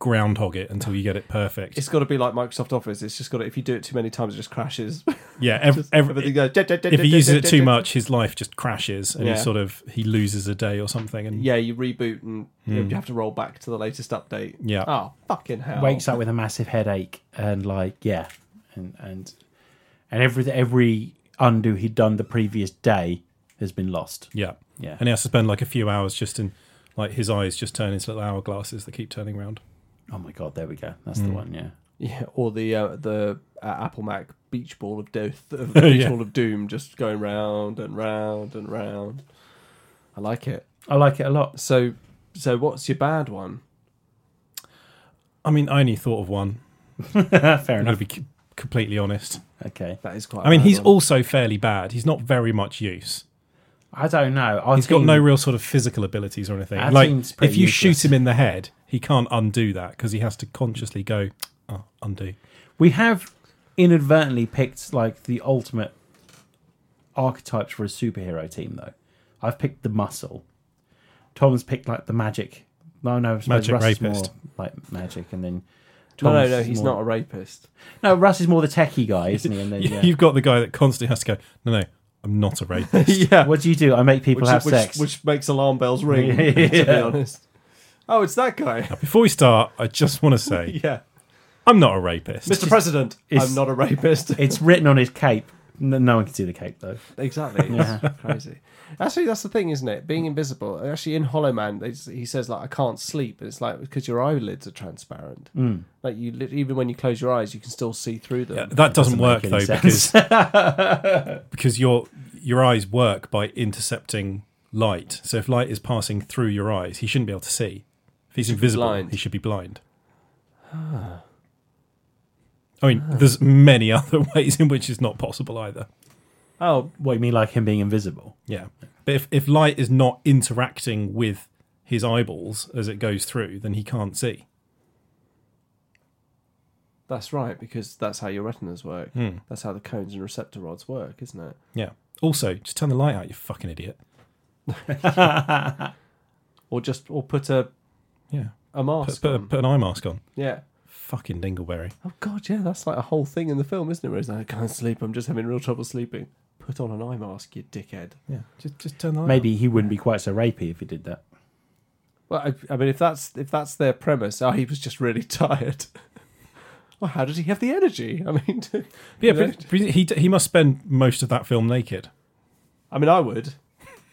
Speaker 3: groundhog it until you get it perfect.
Speaker 2: it's got to be like Microsoft Office. It's just got to, if you do it too many times, it just crashes.
Speaker 3: yeah, ev-
Speaker 2: Just
Speaker 3: ev-
Speaker 2: everything goes.
Speaker 3: if he uses it too much, his life just crashes, and
Speaker 2: Yeah.
Speaker 3: he sort of he loses a day or something. And
Speaker 2: Yeah, you reboot and you have to roll back to the latest update.
Speaker 3: Hmm. Yeah.
Speaker 2: Oh, fucking hell.
Speaker 1: Wakes up with a massive headache and like, yeah. And and and every every undo he'd done the previous day has been lost.
Speaker 3: yeah,
Speaker 1: Yeah.
Speaker 3: and he has to spend like a few hours just in like his eyes just turn into little hourglasses that keep turning around.
Speaker 1: Oh my god, there we go. That's the one, yeah.
Speaker 2: Yeah, or the uh, the uh, Apple Mac beach ball of death, of the beach
Speaker 3: Yeah.
Speaker 2: ball of doom, just going round and round and round. I like it.
Speaker 1: I like it a lot.
Speaker 2: So, so what's your bad one?
Speaker 3: I mean, I only thought of one.
Speaker 1: Fair
Speaker 3: I'm going
Speaker 1: enough.
Speaker 3: to be c- completely honest.
Speaker 1: Okay.
Speaker 2: That is quite. a
Speaker 3: I mean,
Speaker 2: bad
Speaker 3: he's
Speaker 2: one.
Speaker 3: also fairly bad. He's not very much use.
Speaker 1: I don't know. Our
Speaker 3: He's got
Speaker 1: team-
Speaker 3: no real sort of physical abilities or anything.
Speaker 1: Our
Speaker 3: like
Speaker 1: team's pretty
Speaker 3: if you
Speaker 1: useless.
Speaker 3: shoot him in the head, he can't undo that because he has to consciously go oh, undo.
Speaker 1: We have inadvertently picked like the ultimate archetypes for a superhero team, though. I've picked the muscle. Tom's picked like the magic. No, no, I suppose
Speaker 3: Magic
Speaker 1: Russ is
Speaker 3: rapist.
Speaker 1: more like magic, and then Tom's
Speaker 2: No, no, no. He's
Speaker 1: more-
Speaker 2: not a rapist.
Speaker 1: No, Russ is more the techie guy, isn't he? And then yeah.
Speaker 3: You've got the guy that constantly has to go. No, no, I'm not a rapist.
Speaker 2: yeah,
Speaker 1: what do you do? I make people
Speaker 2: which,
Speaker 1: have
Speaker 2: which,
Speaker 1: sex.
Speaker 2: which makes alarm bells ring. To be
Speaker 1: Yeah.
Speaker 2: honest. Oh, it's that guy.
Speaker 3: Before we start, I just want to say
Speaker 2: Yeah,
Speaker 3: I'm not a rapist.
Speaker 2: Mr. President,
Speaker 1: it's-
Speaker 2: I'm not a rapist.
Speaker 1: It's written on his cape. No, no one can see the cape though.
Speaker 2: Exactly. It's
Speaker 1: Yeah.
Speaker 2: crazy. Actually, that's the thing, isn't it? Being invisible. Actually, in Hollow Man, they, s- he says like, "I can't sleep," and it's like because your eyelids are transparent. Mm. Like you, lit- even when you close your eyes, you can still see through them.
Speaker 3: Yeah, that doesn't,
Speaker 1: make
Speaker 3: work
Speaker 1: any
Speaker 3: though
Speaker 1: sense.
Speaker 3: because because your your eyes work by intercepting light. So if light is passing through your eyes, he shouldn't be able to see. If he's invisible,
Speaker 2: blind.
Speaker 3: he should be blind. I mean, there's many other ways in which it's not possible either.
Speaker 2: Oh,
Speaker 1: What you mean, like him being invisible?
Speaker 3: Yeah, but if if light is not interacting with his eyeballs as it goes through, then he can't see.
Speaker 2: that's right, because that's how your retinas work.
Speaker 3: Hmm.
Speaker 2: That's how the cones and receptor rods work, isn't it?
Speaker 3: Yeah. Also, just turn the light out, you fucking idiot.
Speaker 2: Or just or put a
Speaker 3: Yeah.
Speaker 2: a
Speaker 3: Put,
Speaker 2: mask.
Speaker 3: put, a-
Speaker 2: on.
Speaker 3: put an eye mask on.
Speaker 2: yeah.
Speaker 3: Fucking dingleberry.
Speaker 2: Oh God, yeah. That's like a whole thing in the film, isn't it? Where it's like, I can't sleep. I'm just having real trouble sleeping. Put on an eye mask, you dickhead.
Speaker 3: Yeah. Just just turn the light.
Speaker 1: Maybe he wouldn't be quite so rapey if he did that.
Speaker 2: Well, I, I mean, if that's if that's their premise, oh, he was just really tired. well, how did he have the energy? I mean,
Speaker 3: Yeah,
Speaker 2: you know,
Speaker 3: but but he he must spend most of that film naked.
Speaker 2: I mean, I would.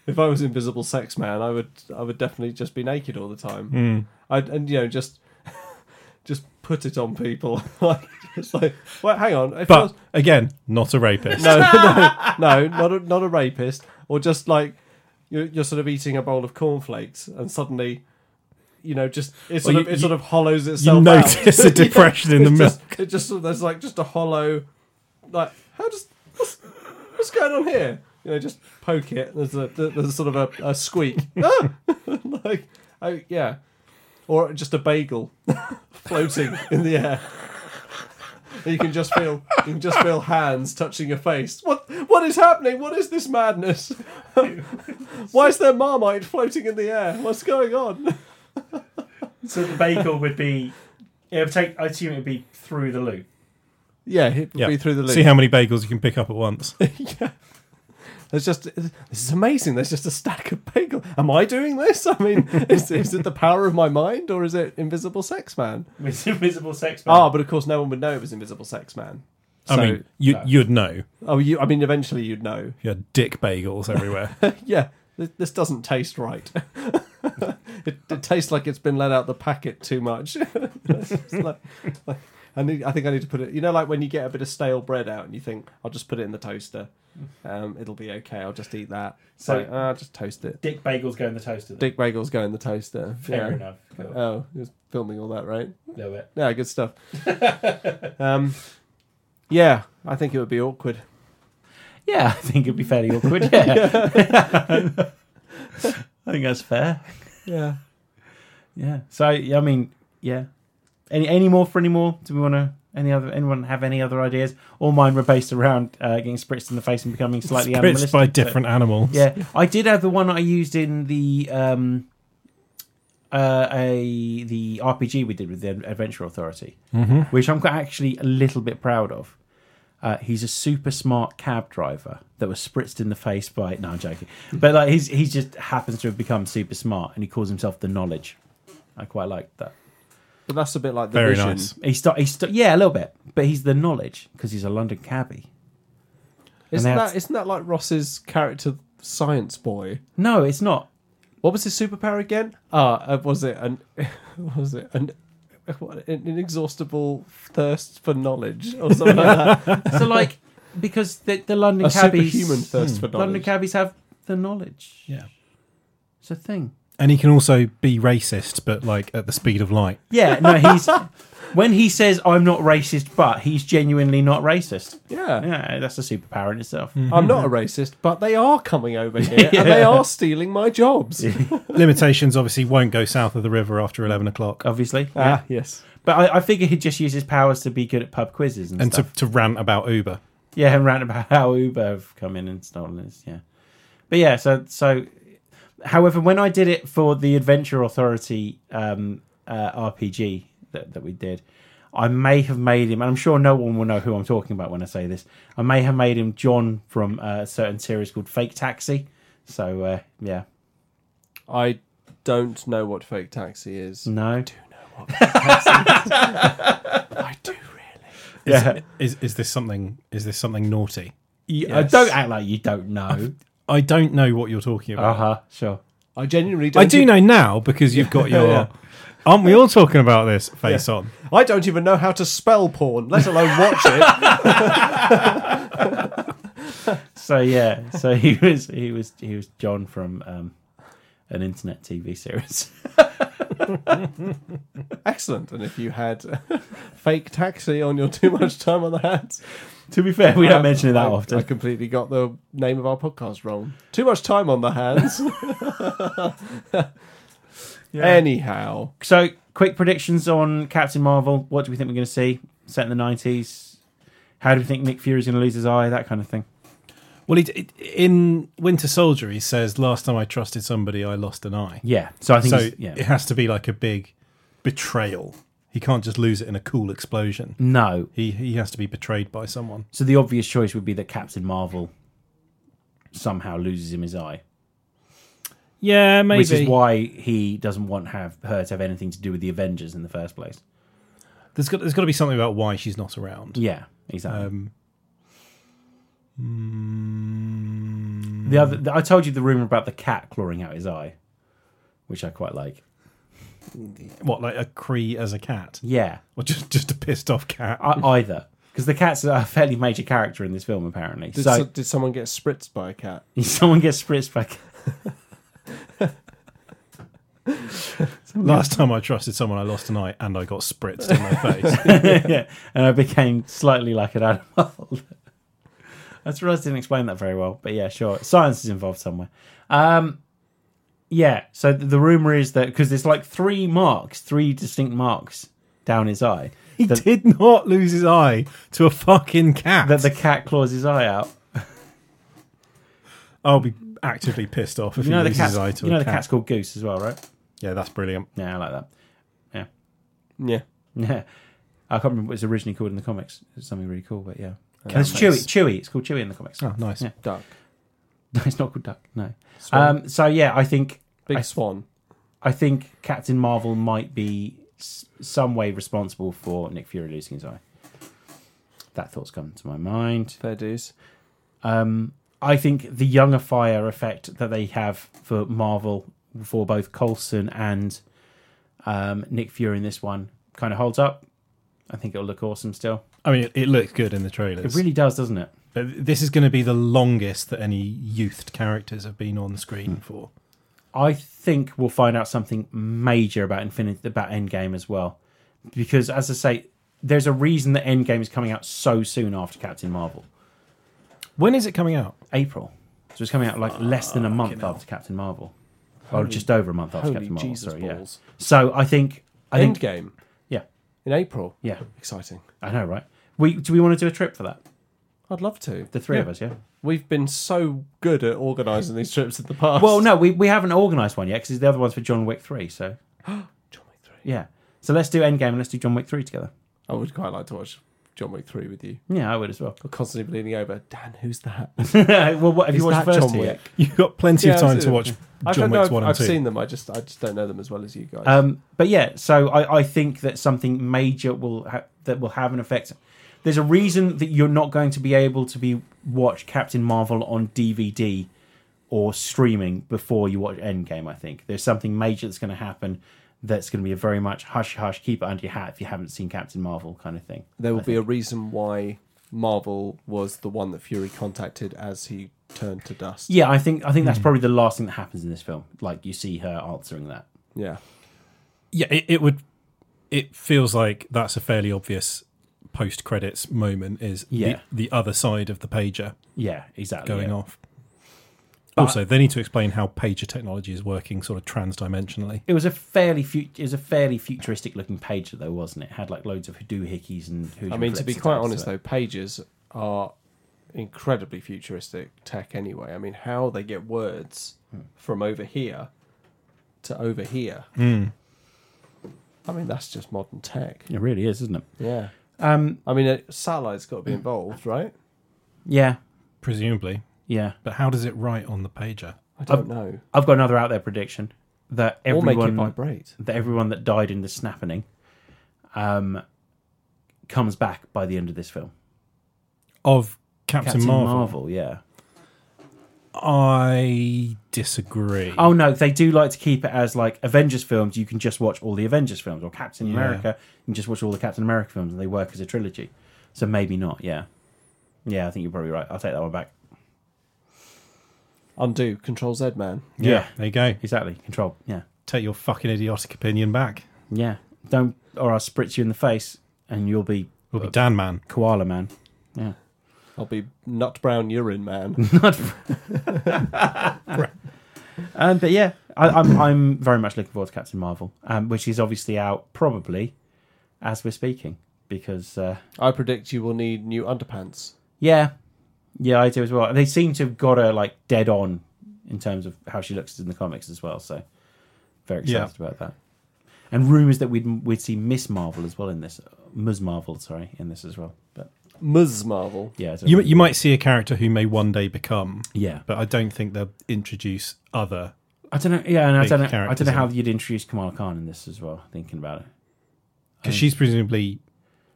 Speaker 2: If I was invisible sex man, I would I would definitely just be naked all the time.
Speaker 3: Hmm.
Speaker 2: I'd and you know just just put it on people like just like well, hang on, if I was,
Speaker 3: But again, not a rapist.
Speaker 2: no, no, no, not a, not a rapist, or just like you're, you're sort of eating a bowl of cornflakes and suddenly, you know, just it sort
Speaker 3: Well,
Speaker 2: of
Speaker 3: you-
Speaker 2: it
Speaker 3: you-
Speaker 2: sort of hollows itself.
Speaker 3: You
Speaker 2: out.
Speaker 3: notice a depression in the
Speaker 2: It's
Speaker 3: milk.
Speaker 2: just, It just sort of- there's like just a hollow, like how does what's, what's going on here? You know, just poke it. There's a there's sort of a, a squeak, Ah! like oh yeah, or just a bagel floating in the air. you can just feel you can just feel hands touching your face. What what is happening? What is this madness? Why is there marmite floating in the air? What's going on?
Speaker 1: So the bagel would be. It would take. I assume it would be through the loop.
Speaker 2: Yeah, it would
Speaker 3: Yeah.
Speaker 2: be through the loop.
Speaker 3: See how many bagels you can pick up at once.
Speaker 2: yeah. There's just this is amazing. There's just a stack of bagel. Am I doing this? I mean, is, is it the power of my mind or is it Invisible Sex Man?
Speaker 1: With invisible sex. man.
Speaker 2: Ah, but of course, no one would know it was Invisible Sex Man.
Speaker 3: Oh. I
Speaker 2: So-
Speaker 3: mean, you,
Speaker 1: no.
Speaker 3: you'd know.
Speaker 2: oh, you. I mean, eventually you'd know.
Speaker 3: You had dick bagels everywhere.
Speaker 2: yeah, th- this doesn't taste right. it, it tastes like it's been let out the packet too much. It's just like- like, I need. I think I need to put it. You know, like when you get a bit of stale bread out and you think, "I'll just put it in the toaster.
Speaker 3: Mm.
Speaker 2: Um, it'll be okay. I'll just eat that." So
Speaker 1: So-
Speaker 2: like, ah, just toast it.
Speaker 1: Dick bagels go in the toaster. then.
Speaker 2: Dick bagels go in the toaster.
Speaker 1: Fair
Speaker 2: yeah.
Speaker 1: enough. Cool.
Speaker 2: Oh, you're filming all that, right?
Speaker 1: Love it.
Speaker 2: Yeah, good stuff. um, yeah, I think it would be awkward.
Speaker 1: Yeah, I think it'd be fairly awkward. Yeah. I think that's fair.
Speaker 2: Yeah.
Speaker 1: Yeah. So yeah, I mean, yeah. Any any more for any more? Do we want to? Any other? Anyone have any other ideas? All mine were based around uh, getting spritzed in the face and becoming slightly
Speaker 3: Spritzed
Speaker 1: animalistic.
Speaker 3: by
Speaker 1: but-
Speaker 3: different animals.
Speaker 1: yeah, I did have the one that I used in the um, uh, a the RPG we did with the Adventure Authority,
Speaker 2: Mm-hmm.
Speaker 3: hmm
Speaker 1: which I'm quite actually a little bit proud of. Uh, he's a super smart cab driver that was spritzed in the face by. No, I'm joking. But like, he's he just happens to have become super smart, and he calls himself the Knowledge. I quite liked that.
Speaker 2: But that's a bit like the
Speaker 3: Very
Speaker 2: vision.
Speaker 3: nice.
Speaker 1: He start, he start, yeah, a little bit, but he's the knowledge because he's a London cabbie. And
Speaker 2: Isn't
Speaker 1: they have-
Speaker 2: that isn't that like Ross's character, Science Boy?
Speaker 1: No, it's not.
Speaker 2: What was his superpower again? Ah, uh, was it an what was it an, what, an inexhaustible thirst for knowledge or something like that?
Speaker 1: So like, because the, the London
Speaker 2: A
Speaker 1: cabbies, Hmm.
Speaker 2: superhuman thirst for
Speaker 1: London
Speaker 2: knowledge.
Speaker 1: cabbies have the knowledge.
Speaker 3: Yeah.
Speaker 1: It's a thing.
Speaker 3: And he can also be racist, but like at the speed of light.
Speaker 1: Yeah, no, he's when he says I'm not racist, but he's genuinely not racist.
Speaker 2: yeah. Hmm.
Speaker 1: Yeah, that's a superpower in itself.
Speaker 2: I'm not a racist, but they are coming over here and they are stealing my jobs.
Speaker 3: Limitations obviously won't go south of the river after 11 o'clock.
Speaker 1: Obviously,
Speaker 2: Ah, yes.
Speaker 1: but I, I figure he'd just use his powers to be good at pub quizzes and,
Speaker 3: And to,
Speaker 1: stuff.
Speaker 3: to rant about Uber.
Speaker 1: Yeah, and rant about how Uber have come in and stolen this. Yeah, but yeah, so so. However, when I did it for the Adventure Authority um, uh, RPG that, that we did, I may have made him, and I'm sure no one will know who I'm talking about when I say this. I may have made him John from uh, a certain series called Fake Taxi. So uh, yeah,
Speaker 2: I don't know what fake taxi is.
Speaker 1: no,
Speaker 2: I do really.
Speaker 1: yeah,
Speaker 3: Is, is this something is this something naughty?
Speaker 1: You- uh,
Speaker 2: Yes.
Speaker 1: don't act like you don't know.
Speaker 3: I don't know what you're talking
Speaker 1: Uh
Speaker 3: about.
Speaker 1: huh. Sure.
Speaker 2: I genuinely don't.
Speaker 3: I do know now because you've got your.
Speaker 2: Yeah.
Speaker 3: Aren't we all talking about this face on?
Speaker 2: I don't even know how to spell porn, let alone watch it.
Speaker 1: So yeah, so he was he was he was John from um, an internet TV series.
Speaker 2: Excellent. And if you had fake taxi on your too much time on the hands,
Speaker 1: To be fair, we don't
Speaker 2: Um,
Speaker 1: mention it that
Speaker 2: I,
Speaker 1: often.
Speaker 2: I completely got the name of our podcast wrong. Too much time on the hands. Anyhow,
Speaker 1: so, quick predictions on Captain Marvel. What do we think we're going to see? Set in the nineties. How do we think Nick Fury's going to lose his eye? That kind of thing.
Speaker 3: Well, he, d- in Winter Soldier, he says, "Last time I trusted somebody, I lost an eye."
Speaker 1: Yeah. So I think.
Speaker 3: So
Speaker 1: he's- yeah.
Speaker 3: it has to be like a big betrayal. He can't just lose it in a cool explosion.
Speaker 1: No.
Speaker 3: He he has to be betrayed by someone.
Speaker 1: So the obvious choice would be that Captain Marvel somehow loses him his eye,
Speaker 3: Yeah, maybe.
Speaker 1: which is why he doesn't want have her to have anything to do with the Avengers in the first place.
Speaker 3: there's got there's got to be something about why she's not around.
Speaker 1: Yeah. Exactly.
Speaker 3: Um, mm,
Speaker 1: the other, the, I told you the rumor about the cat clawing out his eye, which I quite like.
Speaker 3: what like a Cree as a cat,
Speaker 1: Yeah.
Speaker 3: or just just a pissed off cat?
Speaker 1: I, either because the cat's a fairly major character in this film apparently
Speaker 2: did,
Speaker 1: so
Speaker 2: so- did someone get spritzed by a cat?
Speaker 1: if someone gets spritzed back
Speaker 3: Last time I trusted someone, I lost an eye and I got spritzed in my face.
Speaker 1: yeah, and i became slightly like an animal i surprised i didn't explain that very well but yeah sure science is involved somewhere um yeah so the, the rumor is that because there's like three marks three distinct marks down his eye
Speaker 3: He did not lose his eye to a fucking cat.
Speaker 1: that the cat claws his eye out.
Speaker 3: I'll be actively pissed off if
Speaker 1: You know
Speaker 3: he
Speaker 1: the
Speaker 3: loses
Speaker 1: cat.
Speaker 3: his eye to
Speaker 1: You know
Speaker 3: a
Speaker 1: the
Speaker 3: cat.
Speaker 1: cat's called Goose as well, right?
Speaker 3: Yeah, that's brilliant.
Speaker 1: Yeah, I like that.
Speaker 2: Yeah.
Speaker 1: Yeah, I can't remember what it's originally called in the comics. It's something really cool, but yeah,
Speaker 3: Cat
Speaker 1: And it's
Speaker 3: face.
Speaker 1: Chewy. Chewy. It's called Chewy in the comics.
Speaker 3: Oh, nice.
Speaker 1: Yeah.
Speaker 2: Duck.
Speaker 1: No, it's not called Duck. No.
Speaker 2: Swan.
Speaker 1: Um, so yeah, I think
Speaker 2: Big
Speaker 1: I-
Speaker 2: swan.
Speaker 1: I think Captain Marvel might be s- some way responsible for Nick Fury losing his eye. That thought's come to my mind.
Speaker 2: Fair dues.
Speaker 1: Um, I think the younger fire effect that they have for Marvel for both Coulson and um, Nick Fury in this one kind of holds up. I think it'll look awesome still.
Speaker 3: I mean, it, it looked good in the
Speaker 1: It
Speaker 3: trailers.
Speaker 1: really does, doesn't it?
Speaker 3: but this is going to be the longest that any youthed characters have been on screen for.
Speaker 1: I think we'll find out something major about Infinity about Endgame as well, because as I say, there's a reason that Endgame is coming out so soon after Captain Marvel.
Speaker 3: When is it coming out?
Speaker 1: April, so it's coming out like less than a month
Speaker 3: Fucking hell.
Speaker 1: after Captain Marvel, or just over a month after
Speaker 2: Ah, Holy
Speaker 1: Captain Marvel.
Speaker 2: Jesus
Speaker 1: sorry, yeah.
Speaker 2: balls.
Speaker 1: So I think I think
Speaker 2: Endgame.
Speaker 1: Yeah.
Speaker 2: In April.
Speaker 1: yeah,
Speaker 2: Exciting.
Speaker 1: I know, right? We do we want to do a trip for that?
Speaker 2: I'd love to.
Speaker 1: The three of
Speaker 3: Yeah.
Speaker 1: us, yeah.
Speaker 2: We've been so good at organising these trips in the past.
Speaker 1: Well, Oh, no, we, we haven't organised one yet because the other one's for John Wick three. So
Speaker 2: John Wick 3.
Speaker 1: yeah, so let's do Endgame and let's do John Wick three together.
Speaker 2: I would quite like to watch John Wick 3 with you.
Speaker 1: Yeah, I would as well.
Speaker 2: I'm constantly leaning over. Dan, who's that?
Speaker 1: well, what have
Speaker 2: Is
Speaker 1: you watched
Speaker 2: that
Speaker 1: first?
Speaker 2: John
Speaker 1: here?
Speaker 2: Wick?
Speaker 3: You've got plenty
Speaker 2: Yeah,
Speaker 3: of time to
Speaker 2: absolutely.
Speaker 3: watch
Speaker 2: I've,
Speaker 3: John
Speaker 2: no,
Speaker 3: Wick's
Speaker 2: I've,
Speaker 3: one and
Speaker 2: I've
Speaker 3: two.
Speaker 2: seen them. I just, I just don't know them as well as you guys.
Speaker 1: Um, but yeah, so I, I think that something major will ha- that will have an effect. There's a reason that you're not going to be able to be watch Captain Marvel on DVD or streaming before you watch Endgame. I think there's something major that's going to happen that's going to be a very much hush hush, keep it under your hat if you haven't seen Captain Marvel kind of thing.
Speaker 2: there will
Speaker 1: I
Speaker 2: be a reason why Marvel was the one that Fury contacted as he turned to dust.
Speaker 1: Yeah, I think I think that's probably the last thing that happens in this film. Like you see her answering that.
Speaker 2: Yeah.
Speaker 3: Yeah, it, it would. It feels like that's a fairly obvious post credits moment. Is
Speaker 1: Yeah.
Speaker 3: the, the other side of the pager
Speaker 1: Yeah, exactly.
Speaker 3: going
Speaker 1: yeah.
Speaker 3: off. also, they need to explain how pager technology is working, sort of trans-dimensionally.
Speaker 1: It was a fairly fu- it was a fairly futuristic looking page though, wasn't it? It had like loads of doohickeys and.
Speaker 2: I mean, to be quite honest, though, pages are incredibly futuristic tech anyway. I mean, how they get words from over here to over here. I mean, that's just modern tech.
Speaker 1: it really is, isn't it?
Speaker 2: Yeah.
Speaker 1: Um,
Speaker 2: I mean, a satellite's got to be involved, right?
Speaker 1: yeah,
Speaker 3: Presumably,
Speaker 1: yeah.
Speaker 3: but how does it write on the pager?
Speaker 2: I don't know.
Speaker 1: I've got another out there prediction that
Speaker 2: or make it
Speaker 1: everyone
Speaker 2: vibrate.
Speaker 1: that everyone that died in the snappening, um, comes back by the end of this film.
Speaker 3: Of Captain,
Speaker 1: Captain
Speaker 3: Marvel.
Speaker 1: Marvel, yeah.
Speaker 3: I disagree.
Speaker 1: Oh no, they do like to keep it as like Avengers films. You can just watch all the Avengers films, or Captain
Speaker 3: Yeah.
Speaker 1: America. You can just watch all the Captain America films, and they work as a trilogy. So maybe not. Yeah, yeah. I think you're probably right. I'll take that one back.
Speaker 2: Undo. Control Z, man.
Speaker 3: yeah,
Speaker 1: yeah.
Speaker 3: there you go.
Speaker 1: Exactly. Control. Yeah,
Speaker 3: Take your fucking idiotic opinion back.
Speaker 1: yeah. Don't, or I'll spritz you in the face, and you'll be
Speaker 3: We'll be Dan Man.
Speaker 1: koala man.
Speaker 2: I'll be nut brown urine, man.
Speaker 1: Um, but yeah, I, I'm I'm very much looking forward to Captain Marvel, um, which is obviously out probably as we're speaking because. Uh,
Speaker 2: I predict you will need new underpants.
Speaker 1: Yeah, yeah, I do as well. They seem to have got her like dead on in terms of how she looks in the comics as well. So very excited about that. And rumors that we'd we'd see Miss Marvel as well in this, Ms. Marvel, sorry, in this as well. But
Speaker 2: Ms. Marvel.
Speaker 1: yeah, it's a-
Speaker 3: You you might see a character who may one day become,
Speaker 1: yeah.
Speaker 3: but I don't think they'll introduce other.
Speaker 1: I don't know. Yeah, and I
Speaker 3: Big
Speaker 1: don't know. I
Speaker 3: characters
Speaker 1: don't know how
Speaker 3: in
Speaker 1: you'd introduce Kamala Khan in this as well. Thinking about it,
Speaker 3: Because
Speaker 1: Mm.
Speaker 3: she's presumably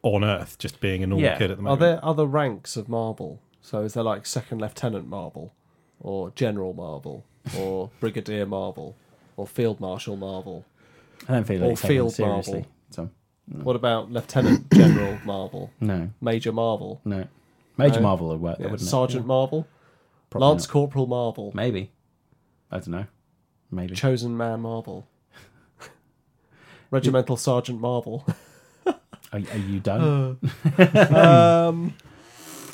Speaker 3: on Earth, just being a normal
Speaker 1: Yeah.
Speaker 3: kid at the
Speaker 2: Are
Speaker 3: moment.
Speaker 2: there other ranks of Marvel? So is there like Second Lieutenant Marvel, or General Marvel, or Brigadier Marvel, or Field Marshal Marvel?
Speaker 1: I don't feel
Speaker 2: Or
Speaker 1: like it's taken
Speaker 2: Field
Speaker 1: seriously. So
Speaker 2: What about Lieutenant General Marvel,
Speaker 1: no,
Speaker 2: Major Marvel,
Speaker 1: no, Major
Speaker 2: No.
Speaker 1: Marvel would work.
Speaker 2: yeah,
Speaker 1: There, wouldn't it?
Speaker 2: Sergeant
Speaker 1: Yeah,
Speaker 2: Marvel,
Speaker 1: probably
Speaker 2: Lance
Speaker 1: not.
Speaker 2: Corporal Marvel,
Speaker 1: Maybe. I don't know. Maybe.
Speaker 2: Chosen Man Marvel, Regimental Sergeant Marvel.
Speaker 1: Are, are you done?
Speaker 2: Uh, um,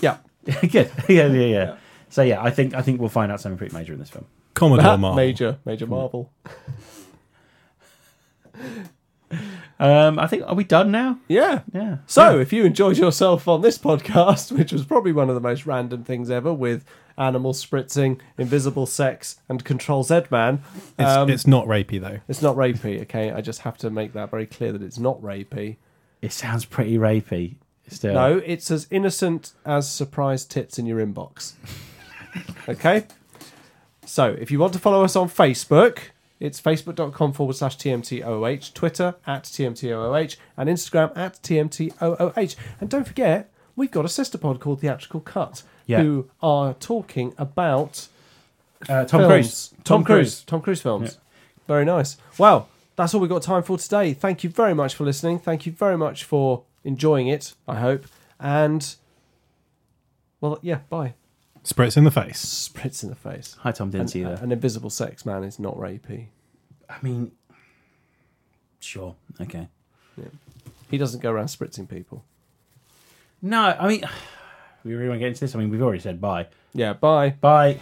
Speaker 2: yeah,
Speaker 1: Good. Yeah, yeah, yeah, So yeah, I think I think we'll find out something pretty major in this film. Hmm.
Speaker 3: Commodore Marvel.
Speaker 2: Major Major Marvel.
Speaker 1: Um, I think are we done now?
Speaker 2: Yeah.
Speaker 1: Yeah.
Speaker 2: So, if you enjoyed yourself on this podcast, which was probably one of the most random things ever with animal spritzing, invisible sex, and Control Z Man, um,
Speaker 3: It's, it's not rapey though.
Speaker 2: it's not rapey, okay? I just have to make that very clear that it's not rapey.
Speaker 1: It sounds pretty rapey. Still.
Speaker 2: No, it's as innocent as surprise tits in your inbox. okay? So, if you want to follow us on Facebook, it's facebook.com forward slash TMTOOH, Twitter at TMTOOH, and Instagram at TMTOOH. And don't forget, we've got a sister pod called Theatrical Cut,
Speaker 1: Yeah.
Speaker 2: who are talking about
Speaker 1: Uh, Tom
Speaker 2: films.
Speaker 1: Cruise.
Speaker 2: Tom, Cruise. Tom Cruise films. Very nice. Well, that's all we've got time for today. Thank you very much for listening. Thank you very much for enjoying it, I hope. And, well, yeah, bye.
Speaker 3: Spritz in the face.
Speaker 2: Spritz in the face.
Speaker 1: Hi, Tom. Didn't
Speaker 2: An,
Speaker 1: see you there.
Speaker 2: an invisible sex man is not rapey.
Speaker 1: uh, I mean, sure. Okay.
Speaker 2: He doesn't go around spritzing people.
Speaker 1: No, I mean, we really want to get into this. I mean, we've already said bye.
Speaker 2: Yeah, bye.
Speaker 1: Bye.